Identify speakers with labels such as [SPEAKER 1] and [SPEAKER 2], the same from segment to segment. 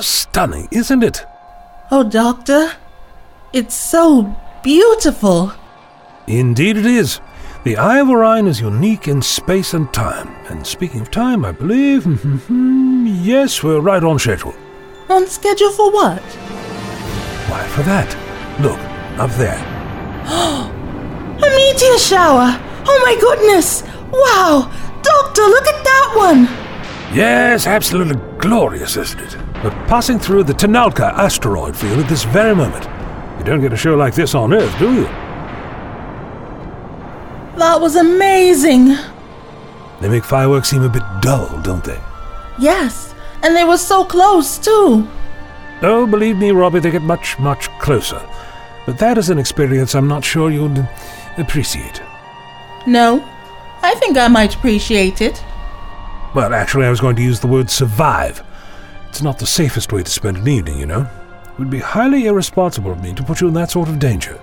[SPEAKER 1] Stunning, isn't it?
[SPEAKER 2] Oh, Doctor, it's so beautiful.
[SPEAKER 1] Indeed, it is. The Eye of Orion is unique in space and time. And speaking of time, I believe. yes, we're right on schedule.
[SPEAKER 2] On schedule for what?
[SPEAKER 1] Why, for that. Look, up there.
[SPEAKER 2] A meteor shower! Oh my goodness! Wow! Doctor, look at that one!
[SPEAKER 1] Yes, absolutely glorious, isn't it? We're passing through the Tanalka asteroid field at this very moment. You don't get a show like this on Earth, do you?
[SPEAKER 2] That was amazing!
[SPEAKER 1] They make fireworks seem a bit dull, don't they?
[SPEAKER 2] Yes, and they were so close, too.
[SPEAKER 1] Oh, believe me, Robbie, they get much, much closer. But that is an experience I'm not sure you'd appreciate.
[SPEAKER 2] No, I think I might appreciate it.
[SPEAKER 1] Well, actually, I was going to use the word survive. It's not the safest way to spend an evening, you know. It would be highly irresponsible of me to put you in that sort of danger.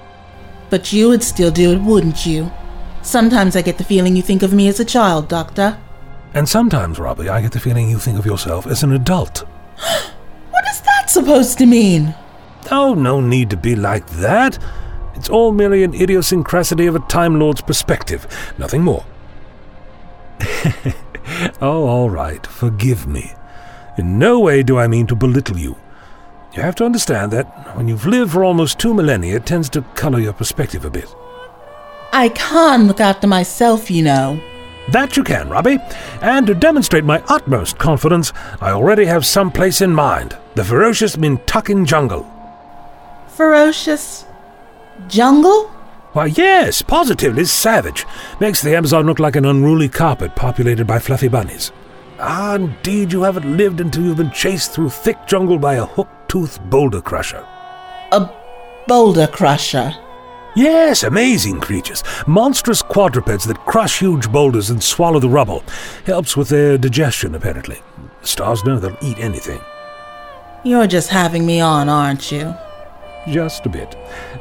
[SPEAKER 2] But you would still do it, wouldn't you? Sometimes I get the feeling you think of me as a child, Doctor.
[SPEAKER 1] And sometimes, Robbie, I get the feeling you think of yourself as an adult.
[SPEAKER 2] What is that supposed to mean?
[SPEAKER 1] Oh, no need to be like that. It's all merely an idiosyncrasy of a Time Lord's perspective, nothing more. oh, all right, forgive me. In no way do I mean to belittle you. You have to understand that when you've lived for almost two millennia, it tends to color your perspective a bit.
[SPEAKER 2] I can look after myself, you know.
[SPEAKER 1] That you can, Robbie. And to demonstrate my utmost confidence, I already have some place in mind the ferocious Mintuckin jungle.
[SPEAKER 2] Ferocious. Jungle?
[SPEAKER 1] Why, yes, positively savage. Makes the Amazon look like an unruly carpet populated by fluffy bunnies. Ah, indeed, you haven't lived until you've been chased through thick jungle by a hook toothed boulder crusher.
[SPEAKER 2] A boulder crusher.
[SPEAKER 1] Yes, amazing creatures. Monstrous quadrupeds that crush huge boulders and swallow the rubble. Helps with their digestion, apparently. Stars know they'll eat anything.
[SPEAKER 2] You're just having me on, aren't you?
[SPEAKER 1] Just a bit.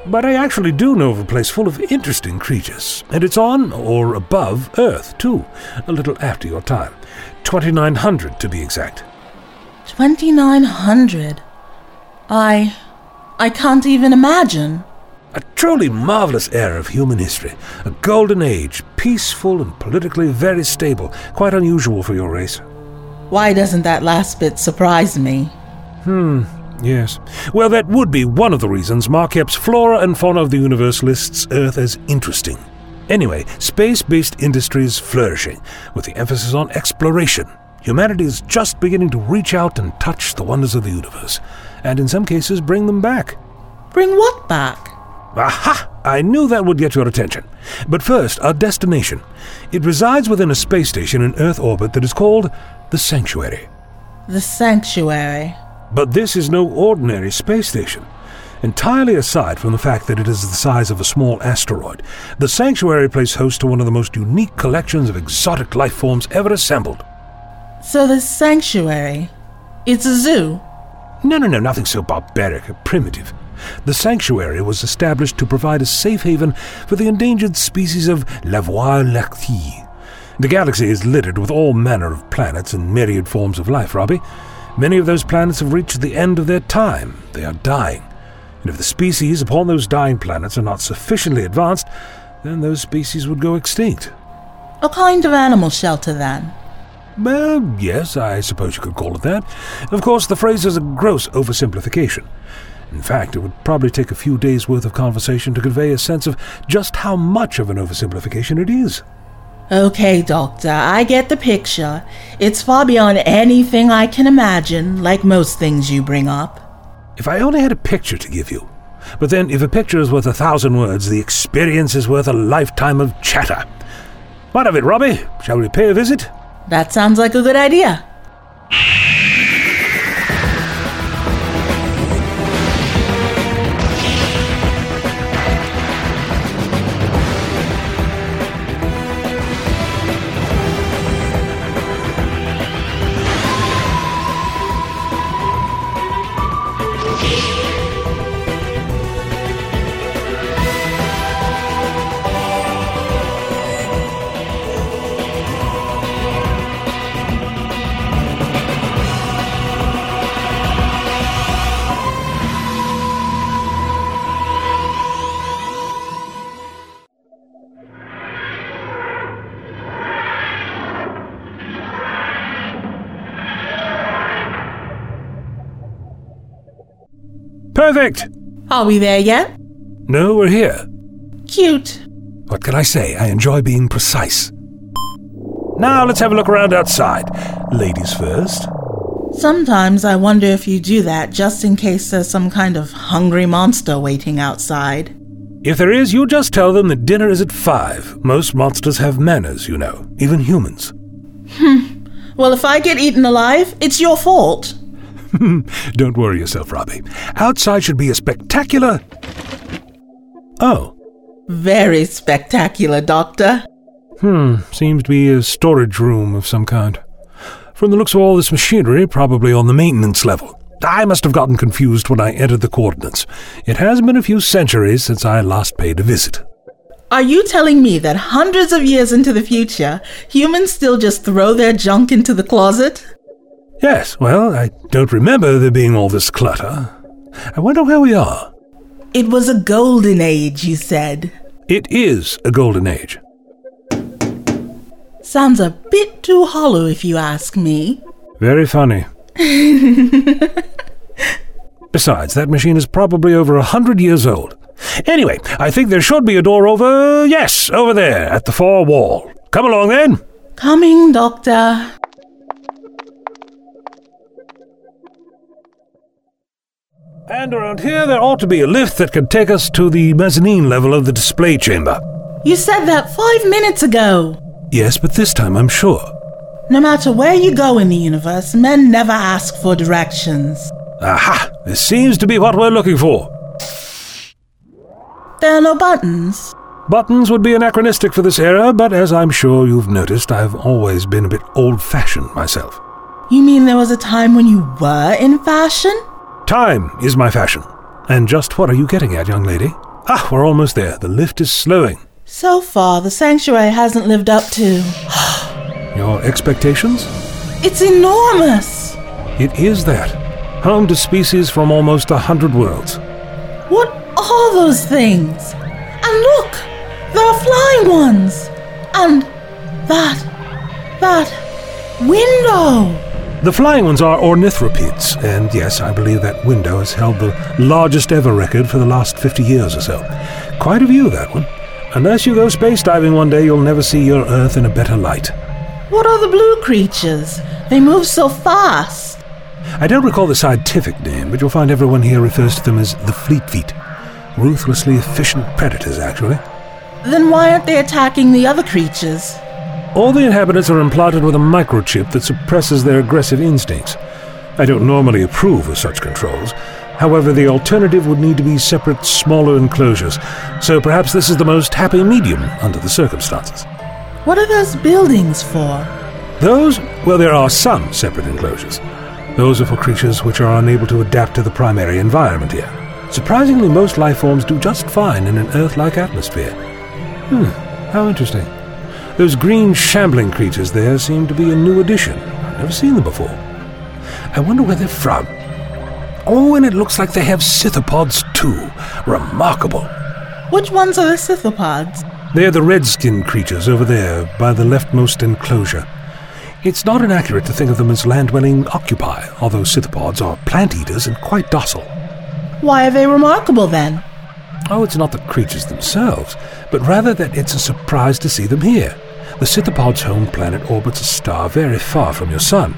[SPEAKER 1] But I actually do know of a place full of interesting creatures. And it's on, or above, Earth, too. A little after your time. 2900 to be exact.
[SPEAKER 2] 2900. I. I can't even imagine.
[SPEAKER 1] A truly marvelous era of human history. A golden age, peaceful and politically very stable. Quite unusual for your race.
[SPEAKER 2] Why doesn't that last bit surprise me?
[SPEAKER 1] Hmm, yes. Well, that would be one of the reasons Mark Epp's Flora and Fauna of the Universe lists Earth as interesting. Anyway, space based industries flourishing, with the emphasis on exploration. Humanity is just beginning to reach out and touch the wonders of the universe, and in some cases, bring them back.
[SPEAKER 2] Bring what back?
[SPEAKER 1] Aha! I knew that would get your attention. But first, our destination. It resides within a space station in Earth orbit that is called the Sanctuary.
[SPEAKER 2] The sanctuary.
[SPEAKER 1] But this is no ordinary space station. Entirely aside from the fact that it is the size of a small asteroid, the sanctuary plays host to one of the most unique collections of exotic life forms ever assembled.
[SPEAKER 2] So the sanctuary. It's a zoo.
[SPEAKER 1] No, no, no, nothing so barbaric or primitive. The sanctuary was established to provide a safe haven for the endangered species of Lavoie lactee. The galaxy is littered with all manner of planets and myriad forms of life, Robbie. Many of those planets have reached the end of their time. They are dying. And if the species upon those dying planets are not sufficiently advanced, then those species would go extinct.
[SPEAKER 2] A kind of animal shelter, then.
[SPEAKER 1] Well, yes, I suppose you could call it that. Of course, the phrase is a gross oversimplification. In fact, it would probably take a few days' worth of conversation to convey a sense of just how much of an oversimplification it is.
[SPEAKER 2] Okay, Doctor, I get the picture. It's far beyond anything I can imagine, like most things you bring up.
[SPEAKER 1] If I only had a picture to give you. But then, if a picture is worth a thousand words, the experience is worth a lifetime of chatter. What of it, Robbie? Shall we pay a visit?
[SPEAKER 2] That sounds like a good idea.
[SPEAKER 1] Perfect!
[SPEAKER 2] Are we there yet?
[SPEAKER 1] No, we're here.
[SPEAKER 2] Cute.
[SPEAKER 1] What can I say? I enjoy being precise. Now let's have a look around outside. Ladies first.
[SPEAKER 2] Sometimes I wonder if you do that just in case there's some kind of hungry monster waiting outside.
[SPEAKER 1] If there is, you just tell them that dinner is at five. Most monsters have manners, you know, even humans.
[SPEAKER 2] Well, if I get eaten alive, it's your fault.
[SPEAKER 1] Don't worry yourself, Robbie. Outside should be a spectacular. Oh,
[SPEAKER 2] Very spectacular, Doctor.
[SPEAKER 1] hmm, seems to be a storage room of some kind. From the looks of all this machinery, probably on the maintenance level. I must have gotten confused when I entered the coordinates. It has been a few centuries since I last paid a visit.
[SPEAKER 2] Are you telling me that hundreds of years into the future, humans still just throw their junk into the closet?
[SPEAKER 1] Yes, well, I don't remember there being all this clutter. I wonder where we are.
[SPEAKER 2] It was a golden age, you said.
[SPEAKER 1] It is a golden age.
[SPEAKER 2] Sounds a bit too hollow if you ask me.
[SPEAKER 1] Very funny. Besides, that machine is probably over a hundred years old. Anyway, I think there should be a door over, yes, over there, at the far wall. Come along then.
[SPEAKER 2] Coming, Doctor.
[SPEAKER 1] And around here, there ought to be a lift that can take us to the mezzanine level of the display chamber.
[SPEAKER 2] You said that five minutes ago.
[SPEAKER 1] Yes, but this time I'm sure.
[SPEAKER 2] No matter where you go in the universe, men never ask for directions.
[SPEAKER 1] Aha! This seems to be what we're looking for.
[SPEAKER 2] There are no buttons.
[SPEAKER 1] Buttons would be anachronistic for this era, but as I'm sure you've noticed, I've always been a bit old fashioned myself.
[SPEAKER 2] You mean there was a time when you were in fashion?
[SPEAKER 1] Time is my fashion. And just what are you getting at, young lady? Ah, we're almost there. The lift is slowing.
[SPEAKER 2] So far, the sanctuary hasn't lived up to.
[SPEAKER 1] Your expectations?
[SPEAKER 2] It's enormous!
[SPEAKER 1] It is that. Home to species from almost a hundred worlds.
[SPEAKER 2] What are those things? And look! There are flying ones! And that. that. window!
[SPEAKER 1] The flying ones are ornithropedes, and yes, I believe that window has held the largest ever record for the last 50 years or so. Quite a view, that one. Unless you go space diving one day, you'll never see your Earth in a better light.
[SPEAKER 2] What are the blue creatures? They move so fast!
[SPEAKER 1] I don't recall the scientific name, but you'll find everyone here refers to them as the Fleet Feet. Ruthlessly efficient predators, actually.
[SPEAKER 2] Then why aren't they attacking the other creatures?
[SPEAKER 1] All the inhabitants are implanted with a microchip that suppresses their aggressive instincts. I don't normally approve of such controls. However, the alternative would need to be separate, smaller enclosures, so perhaps this is the most happy medium under the circumstances.
[SPEAKER 2] What are those buildings for?
[SPEAKER 1] Those, well, there are some separate enclosures. Those are for creatures which are unable to adapt to the primary environment here. Surprisingly, most life forms do just fine in an Earth like atmosphere. Hmm, how interesting. Those green shambling creatures there seem to be a new addition. I've never seen them before. I wonder where they're from. Oh, and it looks like they have scythopods too. Remarkable.
[SPEAKER 2] Which ones are the scythopods?
[SPEAKER 1] They're the red-skinned creatures over there by the leftmost enclosure. It's not inaccurate to think of them as land-dwelling octopi, although scythopods are plant-eaters and quite docile.
[SPEAKER 2] Why are they remarkable then?
[SPEAKER 1] Oh, it's not the creatures themselves, but rather that it's a surprise to see them here. The scythopod's home planet orbits a star very far from your sun.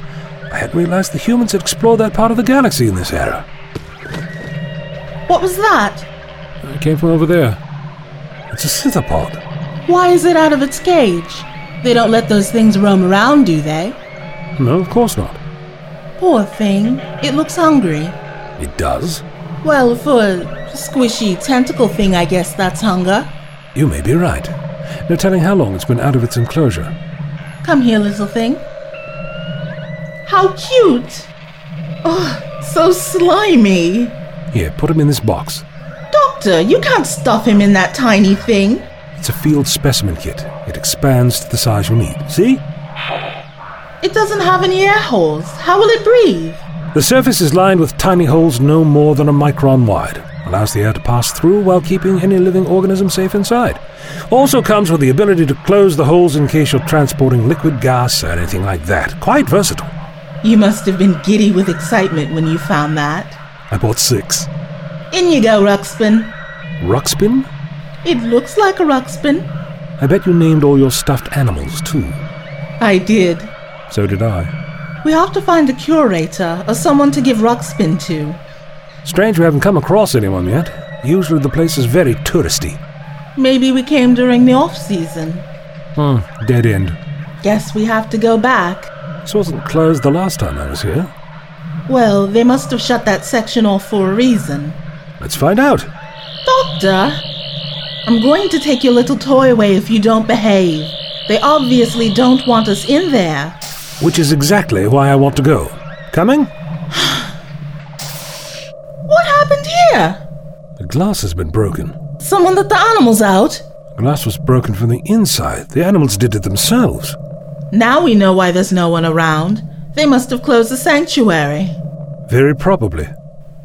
[SPEAKER 1] I hadn't realized the humans had explored that part of the galaxy in this era.
[SPEAKER 2] What was that?
[SPEAKER 1] It came from over there. It's a scythopod.
[SPEAKER 2] Why is it out of its cage? They don't let those things roam around, do they?
[SPEAKER 1] No, of course not.
[SPEAKER 2] Poor thing. It looks hungry.
[SPEAKER 1] It does?
[SPEAKER 2] Well, for a squishy tentacle thing, I guess that's hunger.
[SPEAKER 1] You may be right. No telling how long it's been out of its enclosure.
[SPEAKER 2] Come here, little thing. How cute! Oh, so slimy.
[SPEAKER 1] Here, put him in this box.
[SPEAKER 2] Doctor, you can't stuff him in that tiny thing.
[SPEAKER 1] It's a field specimen kit. It expands to the size you need. See?
[SPEAKER 2] It doesn't have any air holes. How will it breathe?
[SPEAKER 1] The surface is lined with tiny holes no more than a micron wide. Allows the air to pass through while keeping any living organism safe inside. Also comes with the ability to close the holes in case you're transporting liquid gas or anything like that. Quite versatile.
[SPEAKER 2] You must have been giddy with excitement when you found that.
[SPEAKER 1] I bought six.
[SPEAKER 2] In you go, Ruxpin.
[SPEAKER 1] Ruxpin?
[SPEAKER 2] It looks like a Ruxpin.
[SPEAKER 1] I bet you named all your stuffed animals, too.
[SPEAKER 2] I did.
[SPEAKER 1] So did I.
[SPEAKER 2] We have to find a curator or someone to give Ruxpin to.
[SPEAKER 1] Strange we haven't come across anyone yet. Usually the place is very touristy.
[SPEAKER 2] Maybe we came during the off season.
[SPEAKER 1] Hmm, dead end.
[SPEAKER 2] Guess we have to go back.
[SPEAKER 1] This wasn't closed the last time I was here.
[SPEAKER 2] Well, they must have shut that section off for a reason.
[SPEAKER 1] Let's find out.
[SPEAKER 2] Doctor! I'm going to take your little toy away if you don't behave. They obviously don't want us in there.
[SPEAKER 1] Which is exactly why I want to go. Coming?
[SPEAKER 2] What happened here?
[SPEAKER 1] The glass has been broken.
[SPEAKER 2] Someone let the animals out?
[SPEAKER 1] Glass was broken from the inside. The animals did it themselves.
[SPEAKER 2] Now we know why there's no one around. They must have closed the sanctuary.
[SPEAKER 1] Very probably.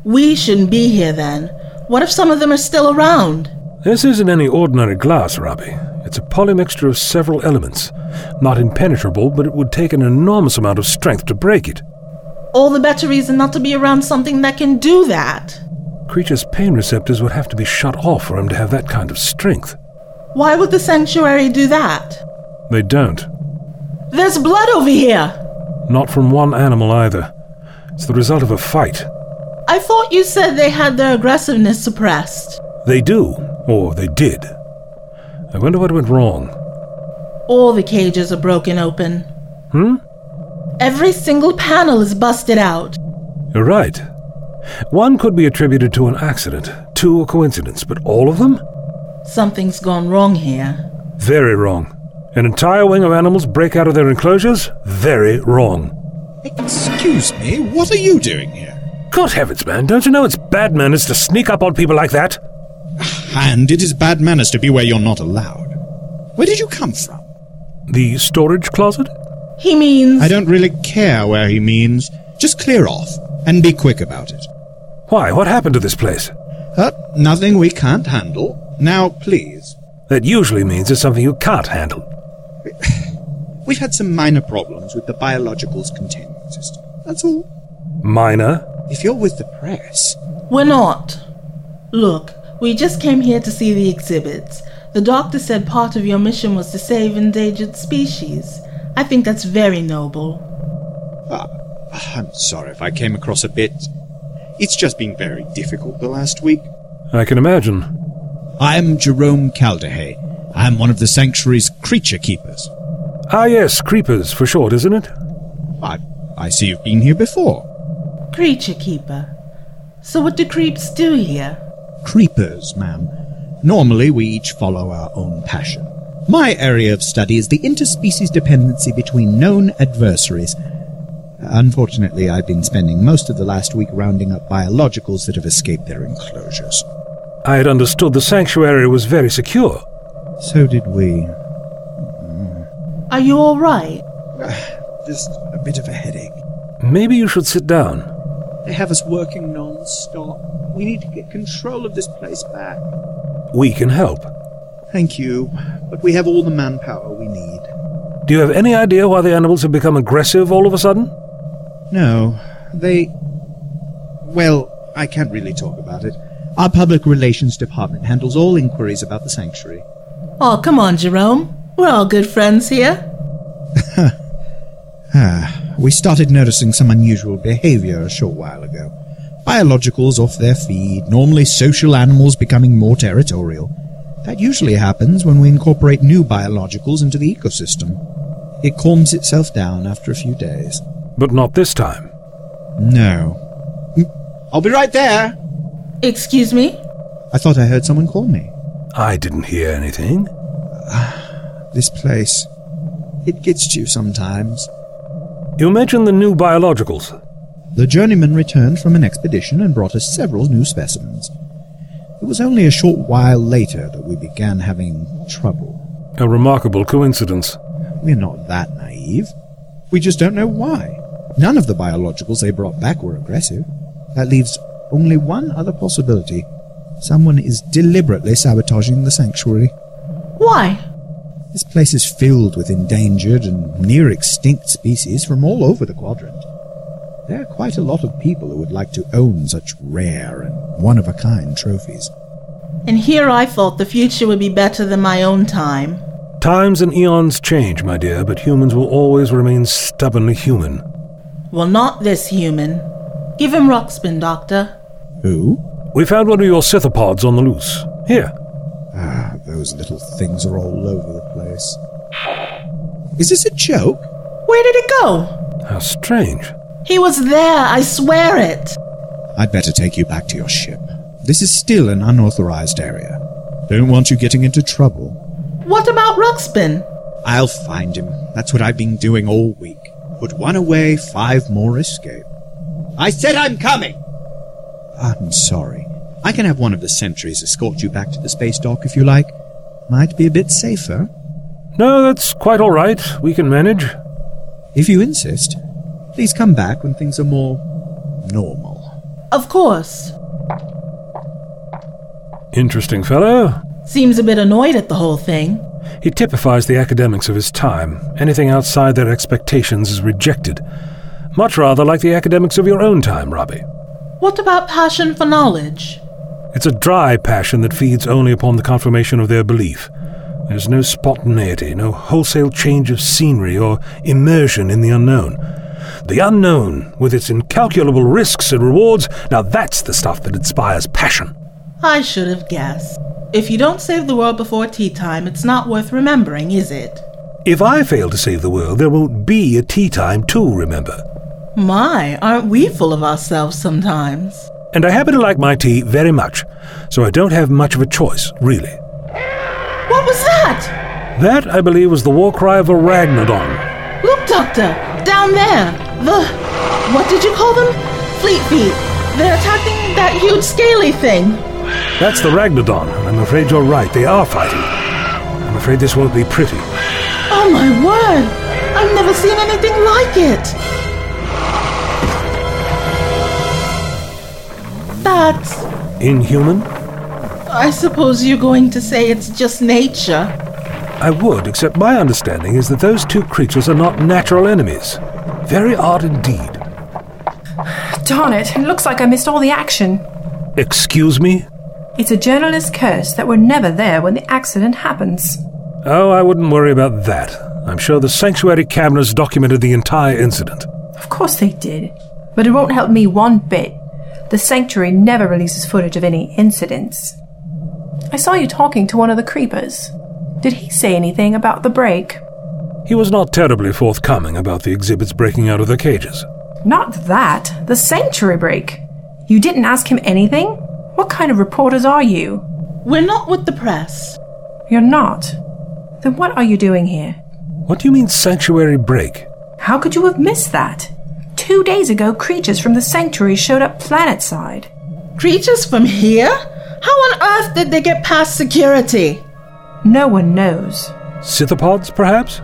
[SPEAKER 2] We shouldn't be here then. What if some of them are still around?
[SPEAKER 1] This isn't any ordinary glass, Robbie. It's a polymixture of several elements. Not impenetrable, but it would take an enormous amount of strength to break it.
[SPEAKER 2] All the better reason not to be around something that can do that.
[SPEAKER 1] Creature's pain receptors would have to be shut off for him to have that kind of strength.
[SPEAKER 2] Why would the sanctuary do that?
[SPEAKER 1] They don't.
[SPEAKER 2] There's blood over here!
[SPEAKER 1] Not from one animal either. It's the result of a fight.
[SPEAKER 2] I thought you said they had their aggressiveness suppressed.
[SPEAKER 1] They do, or they did. I wonder what went wrong.
[SPEAKER 2] All the cages are broken open.
[SPEAKER 1] Hmm?
[SPEAKER 2] Every single panel is busted out.
[SPEAKER 1] You're right. One could be attributed to an accident, two a coincidence, but all of them?
[SPEAKER 2] Something's gone wrong here.
[SPEAKER 1] Very wrong. An entire wing of animals break out of their enclosures? Very wrong.
[SPEAKER 3] Excuse me, what are you doing here?
[SPEAKER 1] Good heavens, man, don't you know it's bad manners to sneak up on people like that?
[SPEAKER 3] And it is bad manners to be where you're not allowed. Where did you come from?
[SPEAKER 1] The storage closet?
[SPEAKER 2] He means.
[SPEAKER 3] I don't really care where he means. Just clear off and be quick about it.
[SPEAKER 1] Why, what happened to this place?
[SPEAKER 3] Uh, nothing we can't handle. Now, please.
[SPEAKER 1] That usually means it's something you can't handle.
[SPEAKER 3] We've had some minor problems with the biologicals containment system. That's all.
[SPEAKER 1] Minor?
[SPEAKER 3] If you're with the press,
[SPEAKER 2] We're not. Look, we just came here to see the exhibits. The doctor said part of your mission was to save endangered species. I think that's very noble.
[SPEAKER 3] Ah, I'm sorry if I came across a bit. It's just been very difficult the last week.
[SPEAKER 1] I can imagine.
[SPEAKER 3] I'm Jerome Caldehay. I'm one of the sanctuary's creature keepers.
[SPEAKER 1] Ah, yes, creepers for short, isn't it?
[SPEAKER 3] I, I see you've been here before.
[SPEAKER 2] Creature keeper. So, what do creeps do here?
[SPEAKER 3] Creepers, ma'am. Normally, we each follow our own passion. My area of study is the interspecies dependency between known adversaries. Unfortunately, I've been spending most of the last week rounding up biologicals that have escaped their enclosures.
[SPEAKER 1] I had understood the sanctuary was very secure.
[SPEAKER 3] So did we.
[SPEAKER 2] Are you alright?
[SPEAKER 3] Just a bit of a headache.
[SPEAKER 1] Maybe you should sit down.
[SPEAKER 3] They have us working non stop. We need to get control of this place back.
[SPEAKER 1] We can help.
[SPEAKER 3] Thank you, but we have all the manpower we need.
[SPEAKER 1] Do you have any idea why the animals have become aggressive all of a sudden?
[SPEAKER 3] No, they. Well, I can't really talk about it. Our public relations department handles all inquiries about the sanctuary.
[SPEAKER 2] Oh, come on, Jerome. We're all good friends here.
[SPEAKER 3] Ah, we started noticing some unusual behavior a short while ago. Biologicals off their feed, normally social animals becoming more territorial. That usually happens when we incorporate new biologicals into the ecosystem. It calms itself down after a few days.
[SPEAKER 1] But not this time.
[SPEAKER 3] No. Hmm. I'll be right there!
[SPEAKER 2] Excuse me?
[SPEAKER 3] I thought I heard someone call me.
[SPEAKER 1] I didn't hear anything.
[SPEAKER 3] This place. It gets to you sometimes.
[SPEAKER 1] You mentioned the new biologicals.
[SPEAKER 3] The journeyman returned from an expedition and brought us several new specimens. It was only a short while later that we began having trouble.
[SPEAKER 1] A remarkable coincidence.
[SPEAKER 3] We're not that naive. We just don't know why. None of the biologicals they brought back were aggressive. That leaves only one other possibility. Someone is deliberately sabotaging the sanctuary.
[SPEAKER 2] Why?
[SPEAKER 3] This place is filled with endangered and near extinct species from all over the quadrant. There are quite a lot of people who would like to own such rare and one of a kind trophies.
[SPEAKER 2] And here I thought the future would be better than my own time.
[SPEAKER 1] Times and eons change, my dear, but humans will always remain stubbornly human.
[SPEAKER 2] Well, not this human. Give him Ruxpin, Doctor.
[SPEAKER 3] Who?
[SPEAKER 1] We found one of your scythopods on the loose. Here.
[SPEAKER 3] Ah, those little things are all over the place. Is this a joke?
[SPEAKER 2] Where did it go?
[SPEAKER 1] How strange.
[SPEAKER 2] He was there, I swear it.
[SPEAKER 3] I'd better take you back to your ship. This is still an unauthorized area. Don't want you getting into trouble.
[SPEAKER 2] What about Ruxpin?
[SPEAKER 3] I'll find him. That's what I've been doing all week. Put one away, five more escape. I said I'm coming! I'm sorry. I can have one of the sentries escort you back to the space dock if you like. Might be a bit safer.
[SPEAKER 1] No, that's quite all right. We can manage.
[SPEAKER 3] If you insist, please come back when things are more normal.
[SPEAKER 2] Of course.
[SPEAKER 1] Interesting fellow.
[SPEAKER 2] Seems a bit annoyed at the whole thing.
[SPEAKER 1] He typifies the academics of his time. Anything outside their expectations is rejected. Much rather like the academics of your own time, Robbie.
[SPEAKER 2] What about passion for knowledge?
[SPEAKER 1] It's a dry passion that feeds only upon the confirmation of their belief. There's no spontaneity, no wholesale change of scenery or immersion in the unknown. The unknown, with its incalculable risks and rewards, now that's the stuff that inspires passion.
[SPEAKER 2] I should have guessed. If you don't save the world before tea time, it's not worth remembering, is it?
[SPEAKER 1] If I fail to save the world, there won't be a tea time too, remember.
[SPEAKER 2] My, aren't we full of ourselves sometimes?
[SPEAKER 1] And I happen to like my tea very much, so I don't have much of a choice, really.
[SPEAKER 2] What was that?
[SPEAKER 1] That, I believe, was the war cry of a Ragnodon.
[SPEAKER 2] Look, Doctor! Down there! The. What did you call them? Fleet feet! They're attacking that huge scaly thing!
[SPEAKER 1] That's the Ragnodon, and I'm afraid you're right, they are fighting. I'm afraid this won't be pretty.
[SPEAKER 2] Oh my word! I've never seen anything like it! That's.
[SPEAKER 1] Inhuman?
[SPEAKER 2] I suppose you're going to say it's just nature.
[SPEAKER 1] I would, except my understanding is that those two creatures are not natural enemies. Very odd indeed.
[SPEAKER 4] Darn it, it looks like I missed all the action.
[SPEAKER 1] Excuse me?
[SPEAKER 4] It's a journalist's curse that we're never there when the accident happens.
[SPEAKER 1] Oh, I wouldn't worry about that. I'm sure the sanctuary cameras documented the entire incident.
[SPEAKER 4] Of course they did. But it won't help me one bit. The sanctuary never releases footage of any incidents. I saw you talking to one of the creepers. Did he say anything about the break?
[SPEAKER 1] He was not terribly forthcoming about the exhibits breaking out of their cages.
[SPEAKER 4] Not that, the sanctuary break. You didn't ask him anything? What kind of reporters are you?
[SPEAKER 2] We're not with the press.
[SPEAKER 4] You're not. Then what are you doing here?
[SPEAKER 1] What do you mean, sanctuary break?
[SPEAKER 4] How could you have missed that? Two days ago, creatures from the sanctuary showed up planetside.
[SPEAKER 2] Creatures from here? How on earth did they get past security?
[SPEAKER 4] No one knows.
[SPEAKER 1] Scythopods, perhaps?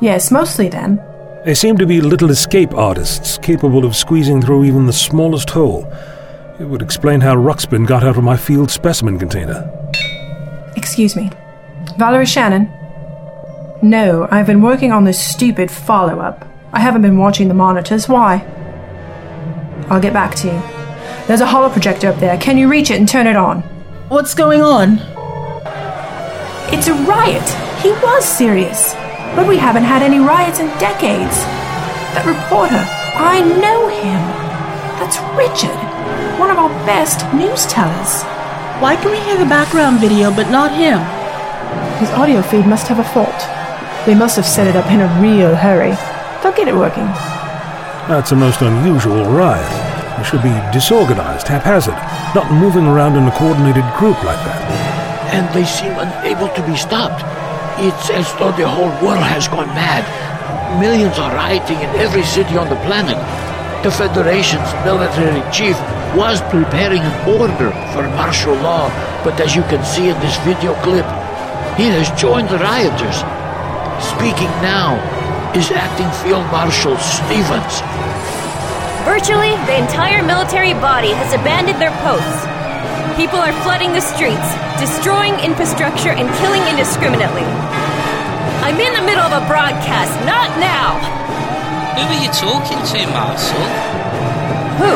[SPEAKER 4] Yes, mostly them.
[SPEAKER 1] They seem to be little escape artists, capable of squeezing through even the smallest hole. It would explain how Ruxpin got out of my field specimen container.
[SPEAKER 4] Excuse me. Valerie Shannon? No, I've been working on this stupid follow up. I haven't been watching the monitors. Why? I'll get back to you. There's a holo projector up there. Can you reach it and turn it on?
[SPEAKER 2] What's going on?
[SPEAKER 4] It's a riot! He was serious. But we haven't had any riots in decades. That reporter, I know him. That's Richard, one of our best news tellers.
[SPEAKER 2] Why can we hear the background video but not him?
[SPEAKER 4] His audio feed must have a fault. They must have set it up in a real hurry. They'll get it working.
[SPEAKER 1] That's a most unusual riot. They should be disorganized, haphazard, not moving around in a coordinated group like that.
[SPEAKER 5] and they seem unable to be stopped. It's as though the whole world has gone mad. Millions are rioting in every city on the planet. The Federation's military chief was preparing an order for martial law, but as you can see in this video clip, he has joined the rioters. Speaking now is acting Field Marshal Stevens.
[SPEAKER 6] Virtually, the entire military body has abandoned their posts. People are flooding the streets, destroying infrastructure, and killing indiscriminately. I'm in the middle of a broadcast, not now!
[SPEAKER 7] Who are you talking to, Marshal?
[SPEAKER 6] Who?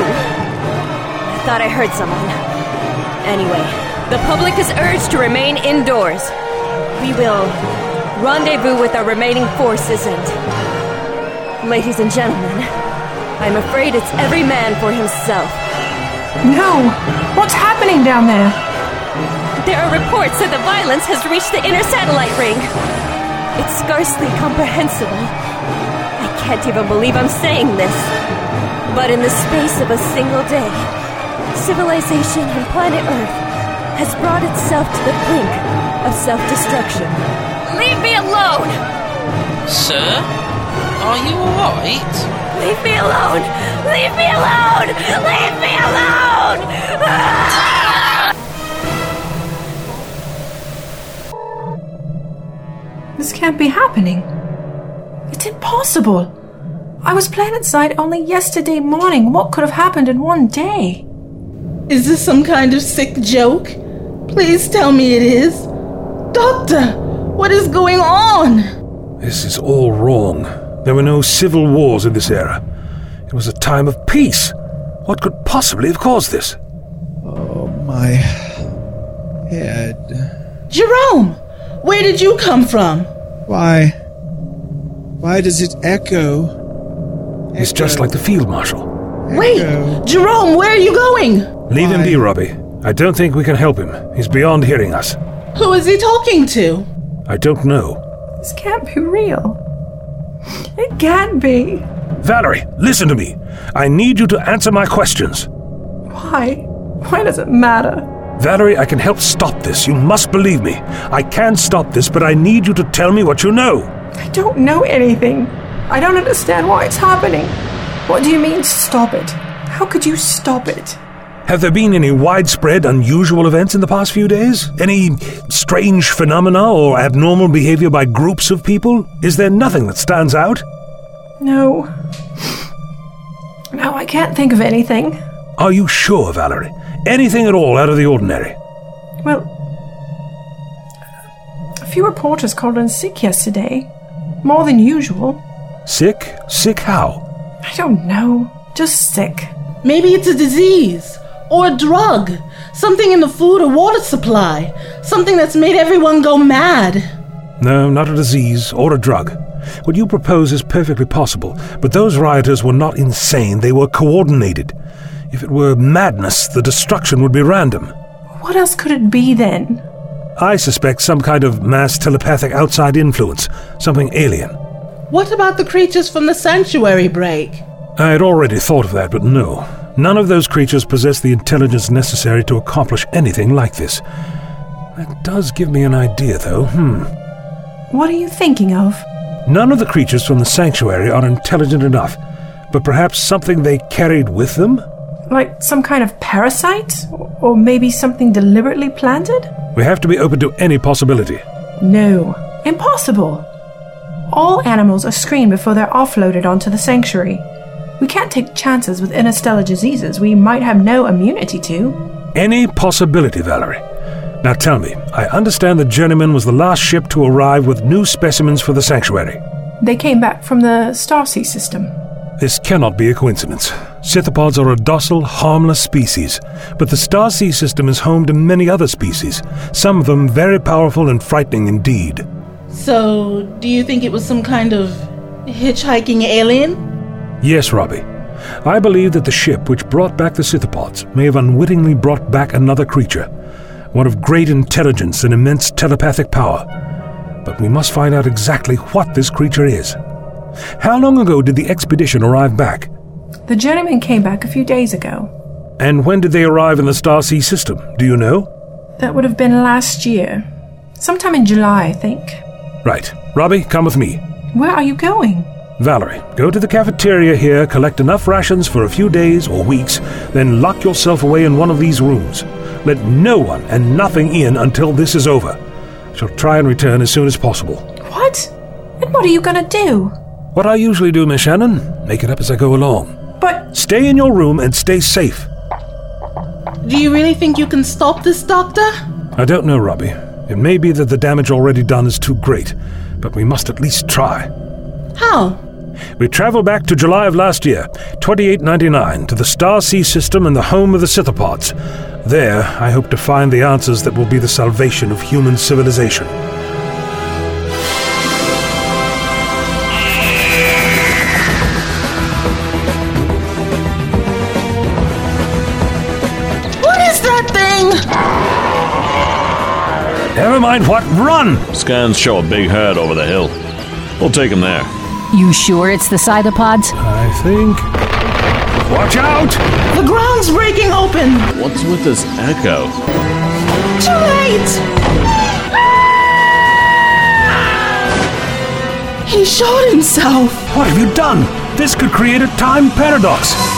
[SPEAKER 6] I thought I heard someone. Anyway, the public is urged to remain indoors. We will rendezvous with our remaining forces and. Ladies and gentlemen, I'm afraid it's every man for himself.
[SPEAKER 4] No! What's happening down there?
[SPEAKER 6] There are reports that the violence has reached the inner satellite ring. It's scarcely comprehensible. I can't even believe I'm saying this. But in the space of a single day, civilization on planet Earth has brought itself to the brink of self destruction. Leave me alone!
[SPEAKER 7] Sir? Are you alright?
[SPEAKER 6] Leave me alone! Leave me alone! Leave me alone! Ah!
[SPEAKER 4] This can't be happening. It's impossible. I was planetside only yesterday morning. What could have happened in one day?
[SPEAKER 2] Is this some kind of sick joke? Please tell me it is. Doctor, what is going on?
[SPEAKER 1] This is all wrong. There were no civil wars in this era. It was a time of peace. What could possibly have caused this?
[SPEAKER 3] My head.
[SPEAKER 2] Jerome, where did you come from?
[SPEAKER 3] Why? Why does it echo?
[SPEAKER 1] It's just like the field marshal.
[SPEAKER 2] Wait,
[SPEAKER 3] Echo.
[SPEAKER 2] Jerome, where are you going?
[SPEAKER 1] Leave him
[SPEAKER 3] Why?
[SPEAKER 1] be, Robbie. I don't think we can help him. He's beyond hearing us.
[SPEAKER 2] Who is he talking to?
[SPEAKER 1] I don't know.
[SPEAKER 4] This can't be real. It can't be.
[SPEAKER 1] Valerie, listen to me. I need you to answer my questions.
[SPEAKER 4] Why? Why does it matter?
[SPEAKER 1] Valerie, I can help stop this. You must believe me. I can stop this, but I need you to tell me what you know.
[SPEAKER 4] I don't know anything. I don't understand why it's happening. What do you mean, stop it? How could you stop it?
[SPEAKER 1] Have there been any widespread, unusual events in the past few days? Any strange phenomena or abnormal behavior by groups of people? Is there nothing that stands out?
[SPEAKER 4] No. No, I can't think of anything.
[SPEAKER 1] Are you sure, Valerie? Anything at all out of the ordinary?
[SPEAKER 4] Well, a few reporters called in sick yesterday. More than usual.
[SPEAKER 1] Sick? Sick how?
[SPEAKER 4] I don't know. Just sick.
[SPEAKER 2] Maybe it's a disease or a drug, something in the food or water supply, something that's made everyone go mad.
[SPEAKER 1] No, not a disease or a drug. What you propose is perfectly possible, but those rioters were not insane, they were coordinated. If it were madness, the destruction would be random.
[SPEAKER 4] What else could it be then?
[SPEAKER 1] I suspect some kind of mass telepathic outside influence, something alien.
[SPEAKER 2] What about the creatures from the sanctuary break?
[SPEAKER 1] I had already thought of that, but no. None of those creatures possess the intelligence necessary to accomplish anything like this. That does give me an idea, though. Hmm.
[SPEAKER 4] What are you thinking of?
[SPEAKER 1] None of the creatures from the sanctuary are intelligent enough, but perhaps something they carried with them?
[SPEAKER 4] Like some kind of parasite? Or maybe something deliberately planted?
[SPEAKER 1] We have to be open to any possibility.
[SPEAKER 4] No, impossible. All animals are screened before they're offloaded onto the sanctuary. We can't take chances with interstellar diseases we might have no immunity to.
[SPEAKER 1] Any possibility, Valerie. Now tell me, I understand the Journeyman was the last ship to arrive with new specimens for the sanctuary.
[SPEAKER 4] They came back from the Starsea system.
[SPEAKER 1] This cannot be a coincidence. Scythopods are a docile, harmless species, but the Starsea system is home to many other species, some of them very powerful and frightening indeed.
[SPEAKER 2] So, do you think it was some kind of hitchhiking alien?
[SPEAKER 1] Yes, Robbie. I believe that the ship which brought back the Scythopods may have unwittingly brought back another creature, one of great intelligence and immense telepathic power. But we must find out exactly what this creature is. How long ago did the expedition arrive back?
[SPEAKER 4] The journeyman came back a few days ago.
[SPEAKER 1] And when did they arrive in the Starsea system? Do you know?
[SPEAKER 4] That would have been last year. Sometime in July, I think.
[SPEAKER 1] Right. Robbie, come with me.
[SPEAKER 4] Where are you going?
[SPEAKER 1] Valerie, go to the cafeteria here, collect enough rations for a few days or weeks, then lock yourself away in one of these rooms. Let no one and nothing in until this is over. I shall try and return as soon as possible.
[SPEAKER 4] What? And what are you gonna do?
[SPEAKER 1] What I usually do, Miss Shannon, make it up as I go along.
[SPEAKER 4] But
[SPEAKER 1] Stay in your room and stay safe.
[SPEAKER 2] Do you really think you can stop this, Doctor?
[SPEAKER 1] I don't know, Robbie. It may be that the damage already done is too great, but we must at least try.
[SPEAKER 2] How?
[SPEAKER 1] We travel back to July of last year, 2899, to the Star Sea system and the home of the Scythopods. There, I hope to find the answers that will be the salvation of human civilization.
[SPEAKER 2] What is that thing?
[SPEAKER 1] Never mind what, run!
[SPEAKER 8] Scans show a big herd over the hill. We'll take him there.
[SPEAKER 9] You sure it's the Scythopods?
[SPEAKER 1] I think. Watch out!
[SPEAKER 2] The ground's breaking open.
[SPEAKER 8] What's with this echo?
[SPEAKER 2] Too late. He shot himself.
[SPEAKER 1] What have you done? This could create a time paradox.